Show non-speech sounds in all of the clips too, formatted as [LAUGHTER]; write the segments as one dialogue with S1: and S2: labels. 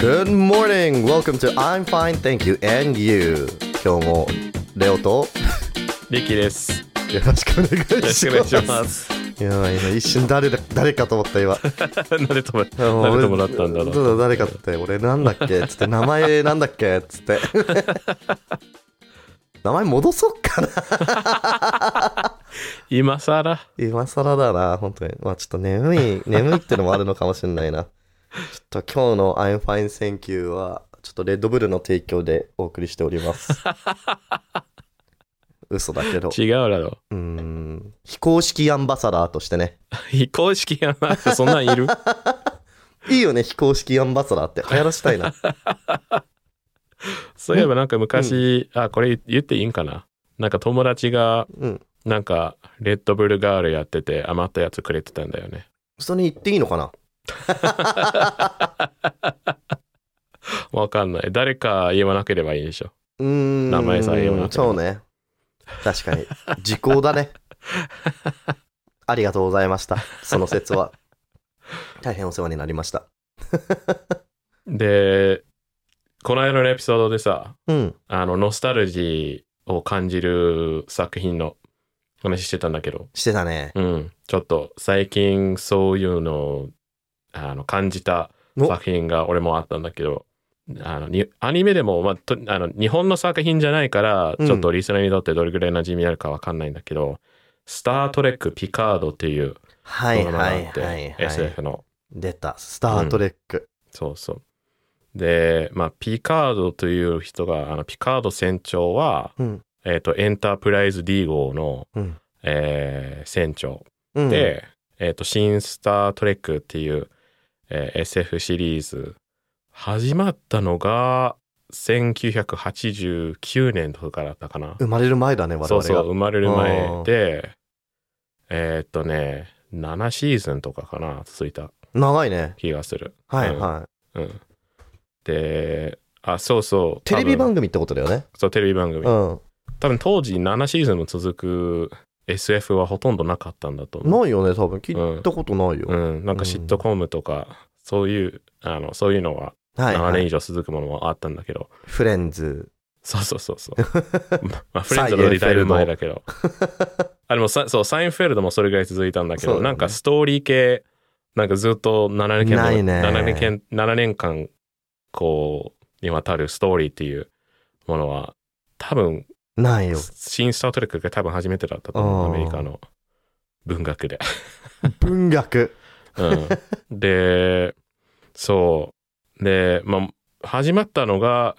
S1: Good morning! Welcome to I'm fine, thank you and you. 今日もレオと
S2: リキです。
S1: よろしくお願いし
S2: よろ
S1: ます。
S2: しくお願いします。
S1: いやー今一瞬誰だ誰かと思った今。
S2: なんで止め、
S1: 俺
S2: なんで止もらったんだろう。
S1: う。誰かって俺なんだっけつって名前なんだっけつ
S2: [LAUGHS]
S1: って。名前戻そうかな。
S2: 今更
S1: 今更だな、本当に。まあちょっと眠
S2: [LAUGHS]
S1: い、眠いってのもあるのかもしれないな。ちょっと今日の I'm fine, thank you は、ちょっとレッドブルの提供でお送りしております。
S2: [LAUGHS]
S1: 嘘だけど。
S2: 違うだろ
S1: うーん。非公式アンバサダーとしてね。
S2: う。非公式やなってそんなんい [LAUGHS] る
S1: いいよね、非公式アンバサダーって。流行らしたい
S2: [LAUGHS]
S1: な。
S2: そういえばなんか昔、あ、これ言っていいんかななんか友達が、
S1: うん。
S2: なんか、レッドブルガールやってて余ったやつくれてたんだよね。
S1: それに言っていいのかな
S2: わかんない。誰か言わなければいいでしょ。
S1: うーん。
S2: 名前さえ言わなければ
S1: そうね。確かに。時効だ
S2: [LAUGHS]
S1: ね。ありがとうございました。その説は。大変お世話になりました。
S2: で、この間のエピソードでさ、
S1: うん。
S2: あの、ノスタルジーを感じる作品の話してたんだけど、
S1: してたね。
S2: うん、ちょっと最近そういうのをあの感じた
S1: お
S2: 作品が俺もあったんだけどあのにアニメでも、まあ、とあの日本の作品じゃないから
S1: うん
S2: ちょっとリスナーにとってどれぐらい馴染みあるかわかんないんだけど「スター・トレック・ピカード」っていうド
S1: は
S2: ラ
S1: い
S2: マが
S1: は
S2: あ
S1: い
S2: って、
S1: はい、はい。
S2: SF の
S1: 出た。スタートレック。
S2: そうそうで、まあ、ピカードという人があのピカード船長は、
S1: うん。
S2: えー、とエンタープライズ D 号の、
S1: うん
S2: えー船長
S1: うん。
S2: で、えっ、と、新スタートレックっていう、えー SF シリーズ、始まったのが、1989年とかだったかな。
S1: 生まれる前だね、我々
S2: そう
S1: が。
S2: そう、生まれる
S1: あー
S2: 前で、えっ、とね、7シーズンとかかな、続いた
S1: 長いね。
S2: 気がする。
S1: はいはい。
S2: うん。で、あ、そうそう。
S1: テレビ
S2: 組
S1: 番組ってことだよね。
S2: そう、テレビ番組。
S1: うん。
S2: 多分当時7シーズンも続く SF はほとんどなかったんだと思う。
S1: ないよね、多分。聞いたことないよ。
S2: うん、なんかシットコムとか、そういうあのそういうのは
S1: はい、
S2: 7
S1: は
S2: 年
S1: い。
S2: 以上続くものもあったんだけど、
S1: フレンズ。
S2: そうそうそ
S1: [LAUGHS]
S2: うそうまあフレンズのリタイル前だけどあでもさそうサインフェルドもそれぐらい続いたんだけど
S1: そうだね
S2: なんかストーリー系なんかずっと7年間
S1: ないね
S2: 7年間7年間こうにわたるストーリーっていうものは多分
S1: ないよ。
S2: 新スター・トレックが多分初めてだったと思う
S1: あー
S2: アメリカの文学で
S1: 文学。
S2: うん、でそうで、まあ、始まったのが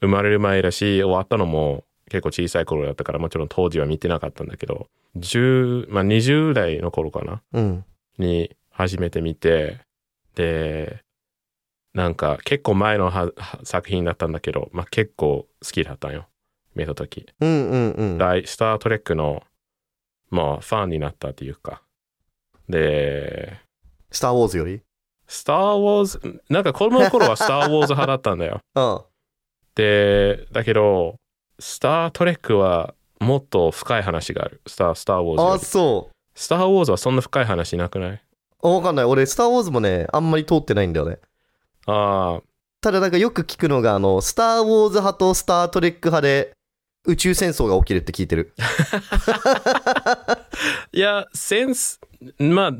S2: 生まれる前だし終わったのも結構小さい頃だったからもちろん当時は見てなかったんだけど10、まあ、20代の頃かな
S1: うん。
S2: に初めて見てでなんか結構前のはは作品だったんだけど、まあ、結構好きだったんよ見た時、
S1: うんうんうん。
S2: ライスター・トレックのまあファンになったっていうかで
S1: スター・ウォーズより
S2: スター・ウォーズ、なんか子供の頃はスター・ウォーズ派だったんだよ。 [LAUGHS]
S1: うん。
S2: で、だけど、スター・トレックはもっと深い話がある。スター・スター・ウォーズよ
S1: あ、
S2: り。
S1: そう。
S2: スター・ウォーズはそんな深い話なくない
S1: あわかんない。俺、スター・ウォーズもね、あんまり通ってないんだよね。
S2: ああ、
S1: ただなんかよく聞くのが、あの、スター・ウォーズ派とスター・トレック派で宇宙戦争が起きるって聞いてる。
S2: いや、センス、まあ、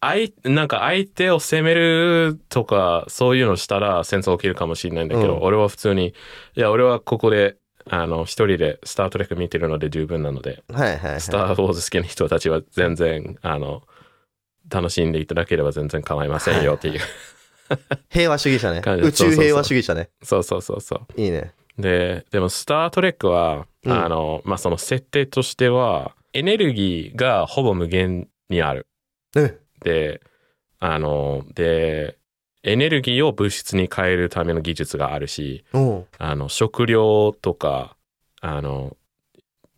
S2: 相、なんか相手を責めるとか、そういうのしたら戦争起きるかもしれないんだけど、
S1: うん
S2: 俺は普通に、いや、俺はここで、あの、一人でスター・トレック見てるので十分なので、
S1: はいはい、はい。
S2: [LAUGHS] スター・ウォーズ好きな人たちは全然、あの、楽しんでいただければ全然構いませんよっていう。 [LAUGHS]
S1: 平和主義者ね
S2: 感。じ
S1: 宇宙平和主義者ね。
S2: そうそうそうそ
S1: いいね。
S2: う。で、でも、スター・トレックは、
S1: うん
S2: あの、まあ、その設定としては、エネルギーがほぼ無限にある。
S1: うん。
S2: で、あの、で、エネルギーを物質に変えるための技術があるし、
S1: おう
S2: あの、食料とか、あの、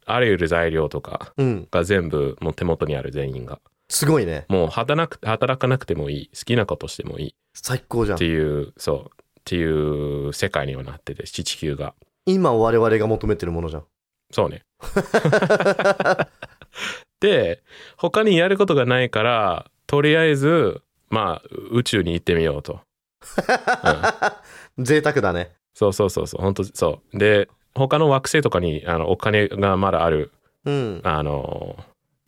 S2: あらゆる材料とか
S1: うん。
S2: が全部もう手元にある全員が。
S1: すごいね。
S2: もう働く働かなくてもいい好きなことしてもいい
S1: 最高じゃん
S2: って。いうそうっていう世界にはなってて地球が
S1: 今我々が求めてるものじゃん。 [LAUGHS]
S2: そうねで他にやることがないからとりあえずまあ宇宙に行ってみようと
S1: 贅沢だね。
S2: そうそうそうそう、本当そう。で、他の惑星とかにあのお金がまだある、
S1: うん。
S2: あの、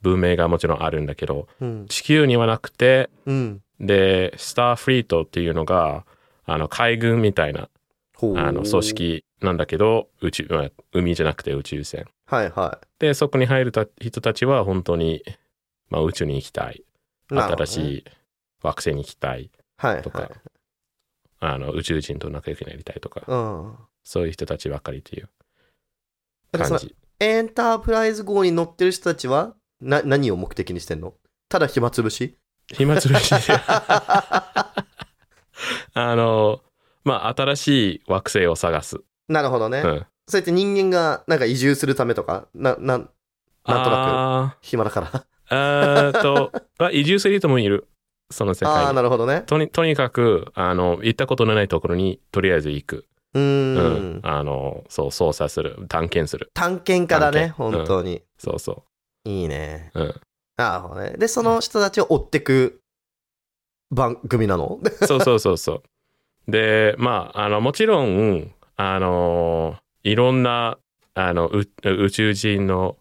S2: 文明がもちろんあるんだけど、
S1: うん。
S2: 地球にはなくて、
S1: うん。
S2: で、スターフリートっていうのが、あの、海軍みたいな、
S1: ほう
S2: あの、組。織なんだけど、宇宙、まあ海じゃなくて宇宙船。
S1: はいは
S2: で、そこに入るた人たちは本当に、まあ、宇宙に行きたい。
S1: い。なるほど
S2: 新
S1: ね
S2: し。い惑星に行きたい
S1: はい、はい。
S2: とか、あの、宇宙人と仲良くなりたいとか、
S1: うん。
S2: そういう人たちばっかりっていう
S1: だからそ
S2: 感
S1: の
S2: じ。
S1: エンタープライズ号に乗ってる人たちは、な、何を目的にしてんのただ暇つぶし
S2: 暇つぶ
S1: [LAUGHS]
S2: しで
S1: な
S2: あの、まあ、新しい惑星を探す。
S1: るほどね。
S2: うん。
S1: そうやって人間がなんか移住するためとか、な、な、なんとな
S2: あ
S1: く暇だから。
S2: ーえーっと、まあ移住する人もいる。その世
S1: ああー、
S2: 界に。
S1: なるほどね。
S2: とにとにかく、あの、行ったことのないところに、とりあえず行く。
S1: うーん,、
S2: うん。あの、そう、操作する。探検する。
S1: 探検家だね、
S2: 探検
S1: 本当に。
S2: そうそ
S1: いいね。
S2: う。うん。
S1: なるほどね。で、その人たちを追ってく番組なの
S2: そうそうそうそう。 [LAUGHS] で、まあ、あの、もちろん、あの、いろんな、あの、う宇宙人の、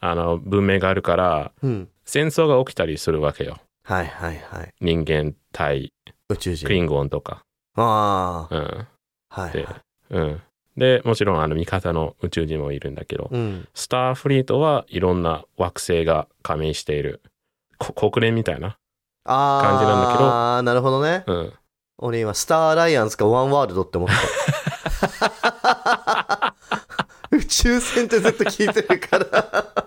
S2: あの、文明があるから、
S1: [LAUGHS] うん。
S2: 戦争が起きたりするわけよ。
S1: はいはいはい。
S2: 人間対
S1: 宇宙
S2: クリ
S1: 人。
S2: ンゴンとか。
S1: ああ、
S2: うん。
S1: はい、
S2: で
S1: はい。、
S2: うん。で、もちろん、あの、味方の宇宙人もいるんだけど、
S1: うん。
S2: スターフリートはいろんな惑星が加盟している。こ国連みたいな。
S1: ああ、
S2: 感じなんだけど
S1: ああ、なるほどね。
S2: うん。
S1: 俺今、スターアライアンスかワンワールドって
S2: [LAUGHS]
S1: 思った。宇宙船ってずっと聞いてるから。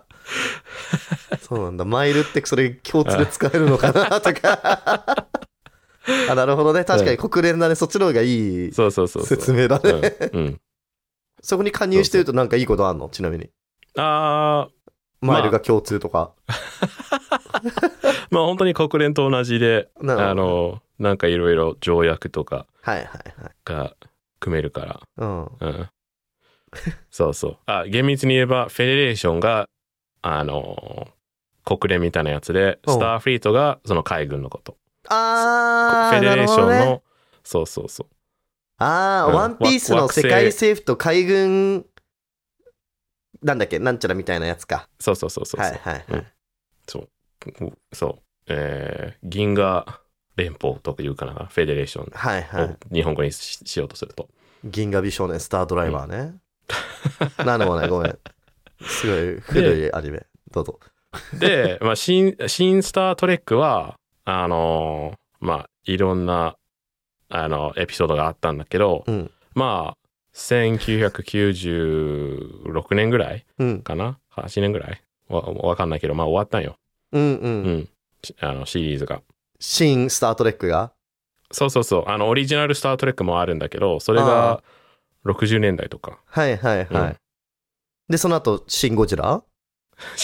S1: そうなんだ。マイルってそれ共通で使えるのか
S2: [LAUGHS]
S1: なとか。あ、なるほどね。確かに国連だね。そっちの方がいい
S2: そうそうそうそう。
S1: 説明だね。
S2: うん。うん。
S1: そこに加入してるとなんかいいことあんのちなみに。
S2: あまあ
S1: マイルが共通とか。
S2: ーまあ本当に国連と同じで、
S1: なるほど
S2: あの、なんかいろいろ条約とか
S1: はいはいはい。
S2: が組めるか
S1: うん。
S2: ら。うん。そうそう。あ、厳密に言えば、フェデレーションが、あの、国連みたいなやつで、
S1: うん
S2: スターフリートがその海軍のこと。
S1: あ
S2: フ
S1: ー、
S2: ェデ
S1: な
S2: レー
S1: る
S2: シ
S1: ほ
S2: ョン
S1: ど
S2: の、
S1: ね。
S2: そうそうそう。
S1: ああ、
S2: うん
S1: ワンピース
S2: わ
S1: の
S2: 惑星
S1: 世界政府と海軍、なんだっけ、なんちゃらみたいなやつか。
S2: そうそうそうそうそう。
S1: はいはいはい。
S2: そう。えー銀河連邦とかいうかな、フェデレーション
S1: はいはい
S2: を。日本語にし,、ようとすると。
S1: 銀河美少年スタードライバーね。 [LAUGHS] なんでもない、ごめん。すごい古いアニメ。どうぞ。
S2: で、 [LAUGHS] まあ、新、新スタートレックは、あのーまあ、いろんな、あの、エピソードがあったんだけど、
S1: うん。
S2: まあ、1996年ぐらい
S1: うん。
S2: かな ?8 年ぐらいわ、わかんないけど、まあ、終わったんよ。
S1: うん
S2: う
S1: うん。
S2: ん。しあの、シリーズが。
S1: 新スタートレックが
S2: そうそうそう。あの、オリジナルスタートレックもあるんだけど、それ
S1: あ
S2: が60年代とか。 [LAUGHS]
S1: はいはいはい。
S2: うん
S1: で、その後、シン・ゴジラ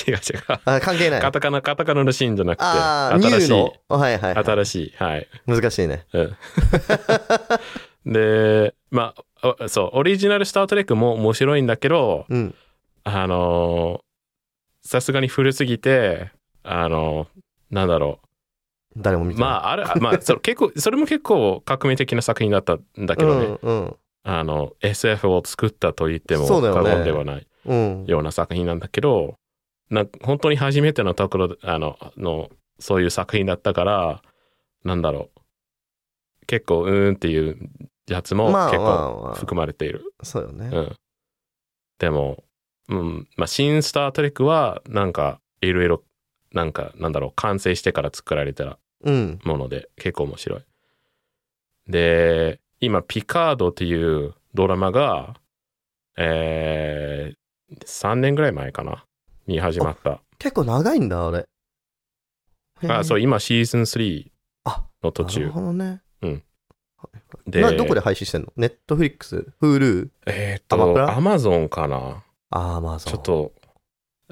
S2: 違う違う。
S1: あ関係ない。
S2: カタカナ、カタカナのシーンじゃなくて、
S1: ああ、ニュ
S2: 新し
S1: ー
S2: い、
S1: の。はいはいはい。
S2: 新しい、はい。
S1: 難しいね。
S2: うん。で、まあ、おそう、オリジナルスタートレックも面白いんだけど、
S1: うん。
S2: あのーさすがに古すぎて、あのーなんだろ
S1: 誰も
S2: う。
S1: 見て
S2: ま
S1: ない。
S2: あ、ある、まあ、それ結構、それも結構革命的な作品だったんだけどね、
S1: うん
S2: あの、SF を作ったと言っても
S1: そうだよ
S2: 過
S1: ね
S2: 言ではない。
S1: うん。うん。
S2: ような作品なんだけど、なんか本当に初めてのところあののそういう作品だったからなんだろう結構うーんっていうやつも
S1: まあ
S2: 結
S1: ま
S2: 構
S1: あまあ
S2: 含まれている、
S1: そうよね。
S2: うん、でも、うんまあ、新スター・トレックはなんかいろいろなんかなんだろう完成してから作られた
S1: うん。
S2: もので結構面白いで今「ピカード」っていうドラマがえー、3年ぐらい前かなに始まった
S1: 結構長いんだ、あれ。
S2: あそう
S1: う。
S2: 今シーズン3
S1: あ
S2: の途
S1: なる
S2: 中
S1: ほどね。
S2: で
S1: などこで配信してんのネットフリックス ?Hulu?
S2: えーっ
S1: アマプ
S2: と
S1: ラ
S2: アマゾンかな
S1: ああ、まあそう。
S2: ちょっ。と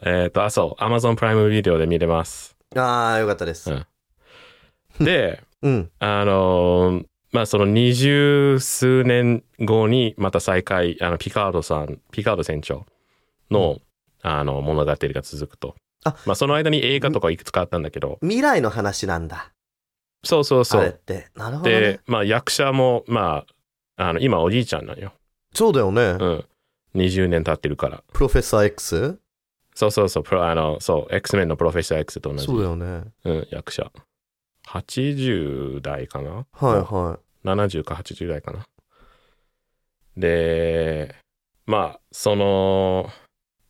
S2: えーっとあそうアマゾンプライムビデオで見
S1: [LAUGHS]
S2: れます
S1: ああ、よかったです。
S2: で
S1: うん。
S2: あのーまあその二十数年後にまた再開あのピカードさんピカード船長の、あの物語が続くと
S1: あ
S2: まあその間に映画とかいくつかあったんだけど
S1: 未来の話なんだ。
S2: そうそうそ
S1: あれっ
S2: う
S1: て。なるほど、
S2: で
S1: ね。
S2: まあ役者もまああの、今おじいちゃんなんよ。
S1: そうだよね。
S2: うん。20年経ってるから。
S1: プロフェッサー X?
S2: そうそうそう、プロあの、そう、X メンのプロフェッサー X と同じ、
S1: そうだよね。
S2: うん、役者。80代かな
S1: はいは
S2: 70か80代かな。で、まあ、その、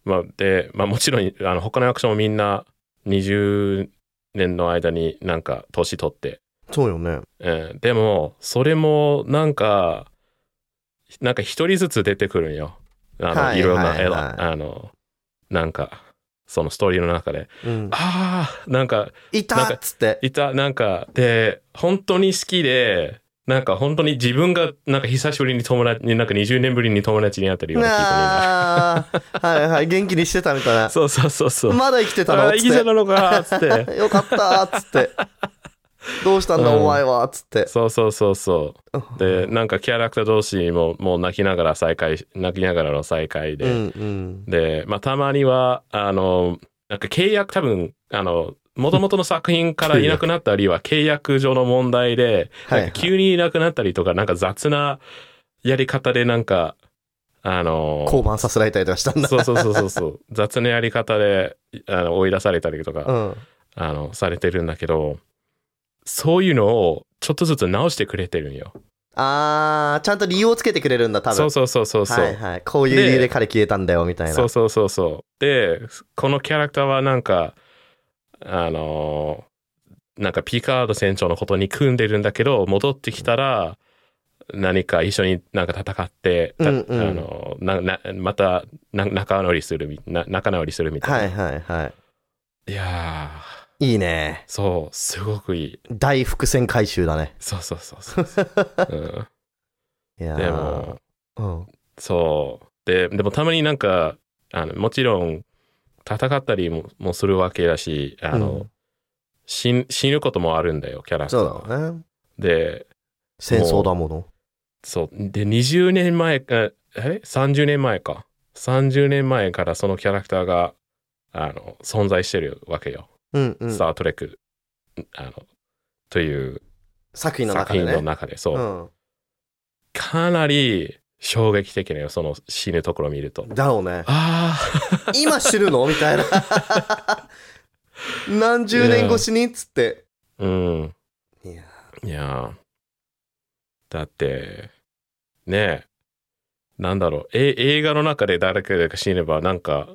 S2: まあ、で、まあもちろん、あの、他の役者もみんな20年の間になんか年取って、
S1: い。そうよね。
S2: うん、でも、それもなんか、なんか一人ずつ出てくるんよ。あの、
S1: はい
S2: いろんな、
S1: はいはい
S2: えあの、なんか、そのストーリーの中で、
S1: うん。
S2: ああ、なんか、
S1: いた
S2: なん
S1: っ
S2: か
S1: つって。
S2: いた、なんか、で、本当に好きで、なんか本当に自分が、なんか久しぶりに友達に、なんか20年ぶりに友達に会ったりような気分になる
S1: なあーはいはい。元気にしてたみたいな。
S2: そうそうそうそう。
S1: まだ生きてたの
S2: あ
S1: っ
S2: ー、
S1: つ
S2: 生きて
S1: った
S2: のか、
S1: [LAUGHS]
S2: つって。
S1: て。よかったっつって。
S2: [LAUGHS]
S1: どうしたんだ
S2: うん
S1: お前はっつって。
S2: そうそうそうそう。で、なんかキャラクター同士も、もう泣きながら再会、泣きながらの再
S1: う
S2: 会
S1: ん
S2: で、
S1: うん。
S2: で、まあ、たまには、あの、なんか契約、多分、あの、元々の作品からいなくなったりは、契約上の問題で、
S1: はいはい
S2: なんか急にいなくなったりとか、なんか雑なやり方で、なんか、あの、
S1: 降板させられたりとかしたんだ。
S2: そうそうそうそうそう、 [LAUGHS] 雑なやり方であの追い出されたりとか、
S1: うん。
S2: あの、されてるんだけど、そういうのをちょっとずつ直してくれてるんよ。
S1: あー、ちゃんと理由をつけてくれるんだ、多分。
S2: そうそうそうそうそう。
S1: はいはい。こういう理由で彼消えたんだよ、みたいな。
S2: そうそうそうそう。で、このキャラクターはなんか、あのーなんかピカード船長のことに組んでるんだけど、戻ってきたら、何か一緒になんか戦って、た
S1: うんうん
S2: あのーななまたな仲直りするみな、仲直りするみたいな。、
S1: はいはいはい
S2: や
S1: い。いいね。
S2: ー、そう、すごくいい。
S1: 大伏線回収だね。
S2: そうそうそうそう
S1: [LAUGHS]
S2: そう、
S1: いや
S2: うん。
S1: ー
S2: でも、
S1: うん。
S2: そう。で、でもたまになんか、あのもちろん、戦ったりももするわけだし、あの、
S1: うん
S2: 死ん死ぬこともあるんだよ、キャラクターは
S1: そうだろうね。
S2: で、
S1: 戦争だもの。
S2: そう。で、20年前、あえ ?30 年前か。30年前からそのキャラクターが、あの、存在してるわけよ。
S1: うんうん
S2: ス。タートレック、あの、という
S1: 作品の中
S2: 作
S1: で
S2: 品
S1: ね。
S2: の中で、そう。
S1: うん。
S2: かなり衝撃的なよ、その死ぬところを見ると。
S1: だろうね。
S2: あ
S1: 今死ぬのみたいな。 [LAUGHS] 何十年越しにっつって。
S2: あ、うん。
S1: いや
S2: いやーだって、ねえ、なんだろう、え映画の中で誰かが死ねば、なんか、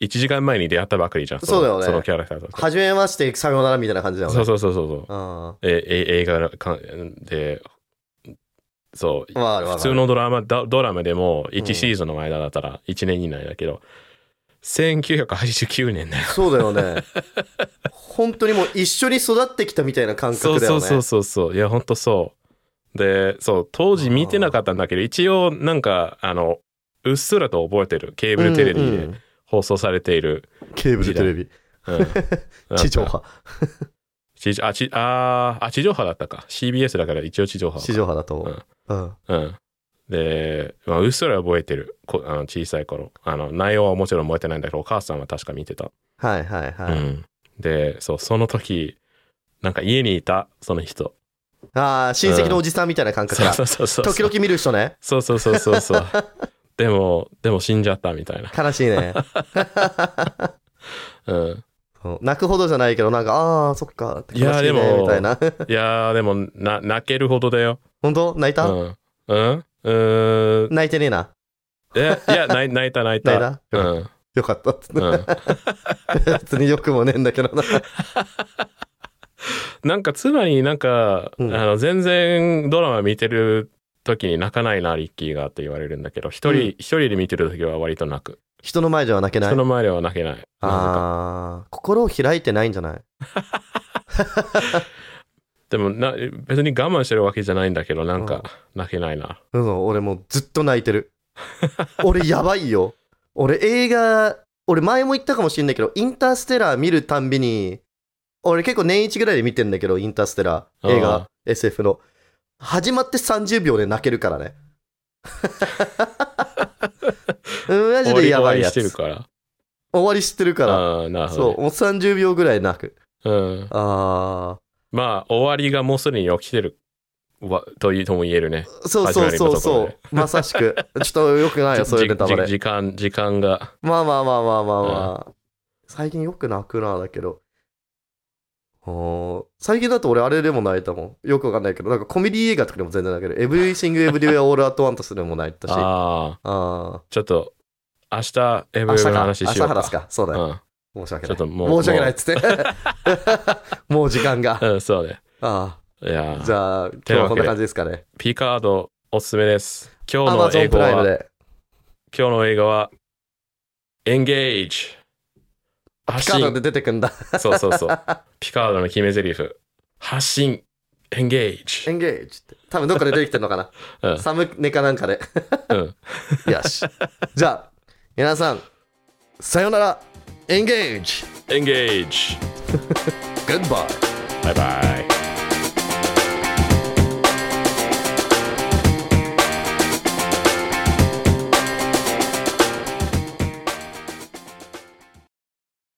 S2: 1時間前に出会ったばかりじゃん。の
S1: そうだよね
S2: そのキャラクターと。
S1: 初めまして、さようならみたいな感じだよね。
S2: そうそうそうそう
S1: う
S2: そう。
S1: ん。
S2: ええ映画のかで、そう、
S1: わかるわかる
S2: 普通のドラマ、ドドラマでも1シーズンの間だったら1年以内だけど、1989年だよ。
S1: そうだよね。本当にもう一緒に育ってきたみたいな感
S2: そ
S1: 覚だ
S2: うそ
S1: よ
S2: う
S1: ね。
S2: そうそうそういやほんとそうでそう当時見てなかったんだけど一応なんかあのうっすらと覚えてるケーブルテレビ
S1: うんう
S2: で
S1: ん
S2: 放送されている、
S1: ケーブルテレビ。 [LAUGHS]
S2: うんなんか
S1: 地上波。
S2: 地上あちあーあ地上波だったか CBS だから一応地上波か
S1: 地上波だと思う。うん。
S2: うんで、まあ、うっすら覚えてるこあの小さい頃あの内容はもちろん覚えてないんだけどお母さんは確か見てた、
S1: はいはいは
S2: う
S1: い。
S2: ん、でそうその時なんか家にいたその人
S1: ああ、親戚のおじさんみたいな感覚
S2: そう
S1: だ
S2: そ。うそうそう
S1: 時々見る人ね。
S2: そうそうそうそうそう。でも、でも死んじゃったみたいな。
S1: 悲しいね。
S2: [LAUGHS] うん。
S1: そう泣くほどじゃないけど、なんか、ああ、そっか、悲しい
S2: いやで
S1: ね、
S2: も
S1: みたいな。 [LAUGHS]
S2: いやー、でも、な、泣けるほどだよ。
S1: 本当泣いうた
S2: ん。うんうーん。
S1: 泣いてねえな。
S2: え、いや、泣い泣いた泣い
S1: 泣い
S2: た。
S1: た
S2: うん。
S1: よかったっつって。
S2: うん。
S1: 別によくもねえんだけどな。
S2: [LAUGHS] なんか、妻になんか、
S1: うん
S2: あの、全然ドラマ見てる時に泣かないな、リッキーがって言われるんだけど、一
S1: うん
S2: 人、一人で見てる時は割と泣く。
S1: 人の前では泣けない
S2: 人。の前では泣けない。なんか
S1: ああ、心を開いてないんじゃない
S2: でもな、別に我慢してるわけじゃないんだけど、なんか、泣けないな。
S1: うん、俺もうずっと泣いてる。俺やばいよ。俺映画、俺前も言ったかもしんないけど、インターステラー見るたんびに、俺結構年一ぐらいで見てんだけど、インターステラー、映
S2: あ
S1: 画
S2: あ、
S1: SF の。始まって30秒で泣けるから
S2: [LAUGHS]
S1: ね。うんマジでやばいやつ。
S2: 終わり終わりしてる
S1: 終
S2: から。
S1: わりしてるから。
S2: ああー、なるほ
S1: そ
S2: どね
S1: う、もう30秒ぐらい泣く。
S2: うん。
S1: ああ、
S2: まあ、終わりがもうすでに起きてるわというとも言えるね。
S1: そうそうそうそう。まさしく。ちょっとよくないよ、そういうネタバ
S2: じ
S1: レ。
S2: 時間、時間が。
S1: まあまあまあまあまあまあ。最近よく泣くな、だけど。あー最近だと俺あれでも泣いたもん。よくわかんないけど、なんかコメディ映画とかでも全然泣けど、エブリシング・エブリウェア・オール・アット・ワンとすでも泣いたし。あ
S2: ああ、
S1: あ
S2: ちょっと、明日、エ
S1: ー。
S2: ブ
S1: 明
S2: エ
S1: 日
S2: ブの
S1: か。明
S2: 話し
S1: 日
S2: よう
S1: 話
S2: か。
S1: すか。そうだよ。
S2: か。
S1: 申し訳
S2: ちょ
S1: な
S2: っと
S1: い。
S2: もう、
S1: 申し訳ないっつって。 [LAUGHS] もう時間が。
S2: もううん、そうね。
S1: あ
S2: いや
S1: あ。
S2: ー
S1: じゃあ、今日はこんな感じですかね。
S2: ピカード、おすすめです。今日の英
S1: Amazon プ
S2: 語
S1: ライム
S2: は、
S1: で。
S2: 今日の映画は、エンゲージ。発
S1: ピカード
S2: 信
S1: で。出てくんだ。
S2: [LAUGHS] そうそうそう。ピカードの決め台詞。発信。エンゲ
S1: エ
S2: ージ。
S1: ンゲージって。多分どっかで出てきてるのかな。
S2: うん
S1: サムネかなんかで。
S2: うん。
S1: よし。じゃあ、皆さん、さよなら、エンゲージ、
S2: エンゲージ。
S1: グッバイ。
S2: バイバイ。